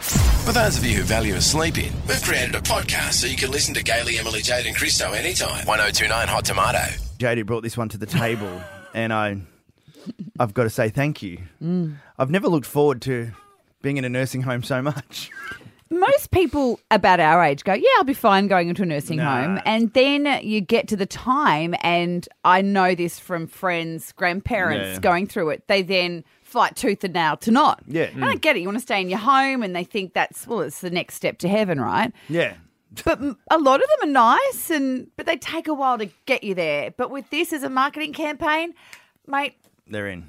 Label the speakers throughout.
Speaker 1: For those of you who value a sleep in, we've created a podcast so you can listen to Gaily, Emily, Jade, and Christo anytime. 1029 Hot Tomato.
Speaker 2: Jody brought this one to the table, and I, I've got to say thank you. I've never looked forward to being in a nursing home so much.
Speaker 3: Most people about our age go, Yeah, I'll be fine going into a nursing
Speaker 2: Nah.
Speaker 3: home. And then you get to the time, and I know this from friends, grandparents
Speaker 2: Yeah.
Speaker 3: going through it. They then fight tooth and nail to not.
Speaker 2: Yeah. Mm.
Speaker 3: And I get it. You want to stay in your home, and they think that's, well, it's the next step to heaven, right?
Speaker 2: Yeah,
Speaker 3: But m- a lot of them are nice, and but they take a while to get you there. But with this as a marketing campaign, mate,
Speaker 2: they're in.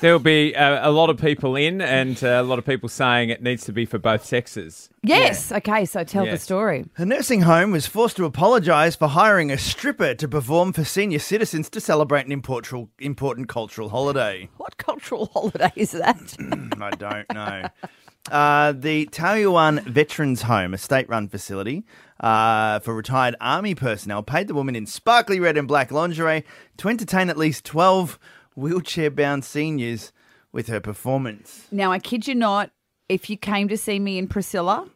Speaker 4: There'll be uh, a lot of people in and uh, a lot of people saying it needs to be for both sexes.
Speaker 3: yes, okay. So tell the
Speaker 4: Yes.
Speaker 3: story.
Speaker 2: A nursing home was forced to apologise for hiring a stripper to perform for senior citizens to celebrate an important, important cultural holiday.
Speaker 3: What cultural holiday is that?
Speaker 2: I don't know. Uh, the Taoyuan Veterans Home, a state run facility uh, for retired army personnel, paid the woman in sparkly red and black lingerie to entertain at least 12 wheelchair bound seniors with her performance.
Speaker 3: Now, I kid you not, if you came to see me in Priscilla,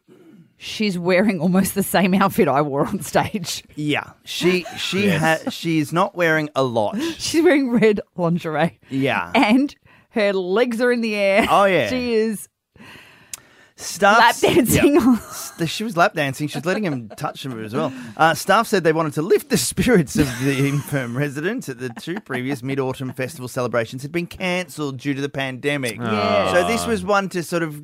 Speaker 3: she's wearing almost the same outfit I wore on stage.
Speaker 2: Yeah. She she ha- she is not wearing a lot.
Speaker 3: She's wearing red lingerie.
Speaker 2: Yeah.
Speaker 3: And her legs are in the air.
Speaker 2: Oh, yeah.
Speaker 3: She is lap
Speaker 2: Staff
Speaker 3: dancing.
Speaker 2: Yep. S- She was lap dancing. She was letting him touch her as well. Uh, staff said they wanted to lift the spirits of the infirm residents at the two previous mid autumn festival celebrations had been cancelled due to the pandemic.
Speaker 3: Yeah.
Speaker 2: So this was one to sort of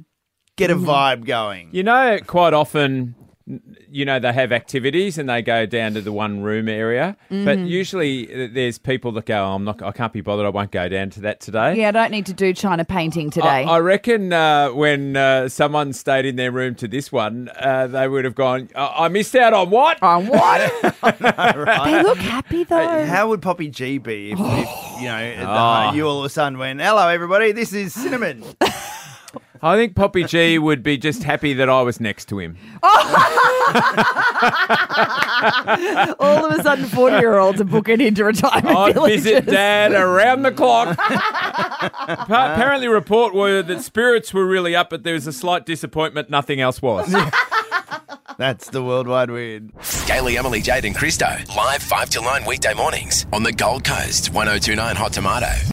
Speaker 2: get a vibe going.
Speaker 4: You know, quite often, n- you know, they have activities and they go down to the one room area. But usually uh, there's people that go, oh, I'm not, I can't be bothered. I won't go down to that today.
Speaker 3: Yeah, I don't need to do China painting
Speaker 4: I,
Speaker 3: today.
Speaker 4: I reckon uh, when uh, someone stayed in their room to this one, uh, they would have gone, I-, I missed out on what?
Speaker 3: On what? They look happy though.
Speaker 2: How would Poppy G be if, if you know at the- you all of a sudden went, "Hello, everybody, this is Cinnamon."
Speaker 4: I think Poppy G would be just happy that I was next to him.
Speaker 3: All of a sudden, 40 year olds are booking into retirement
Speaker 4: I'd
Speaker 3: villages.
Speaker 4: visit dad around the clock. Pa- apparently, report were that spirits were really up, but there was a slight disappointment. Nothing else was.
Speaker 2: That's the worldwide weird.
Speaker 1: Gaily, Emily, Jade, and Christo. Live 5 till 9 weekday mornings on the Gold Coast. 1029 Hot Tomato.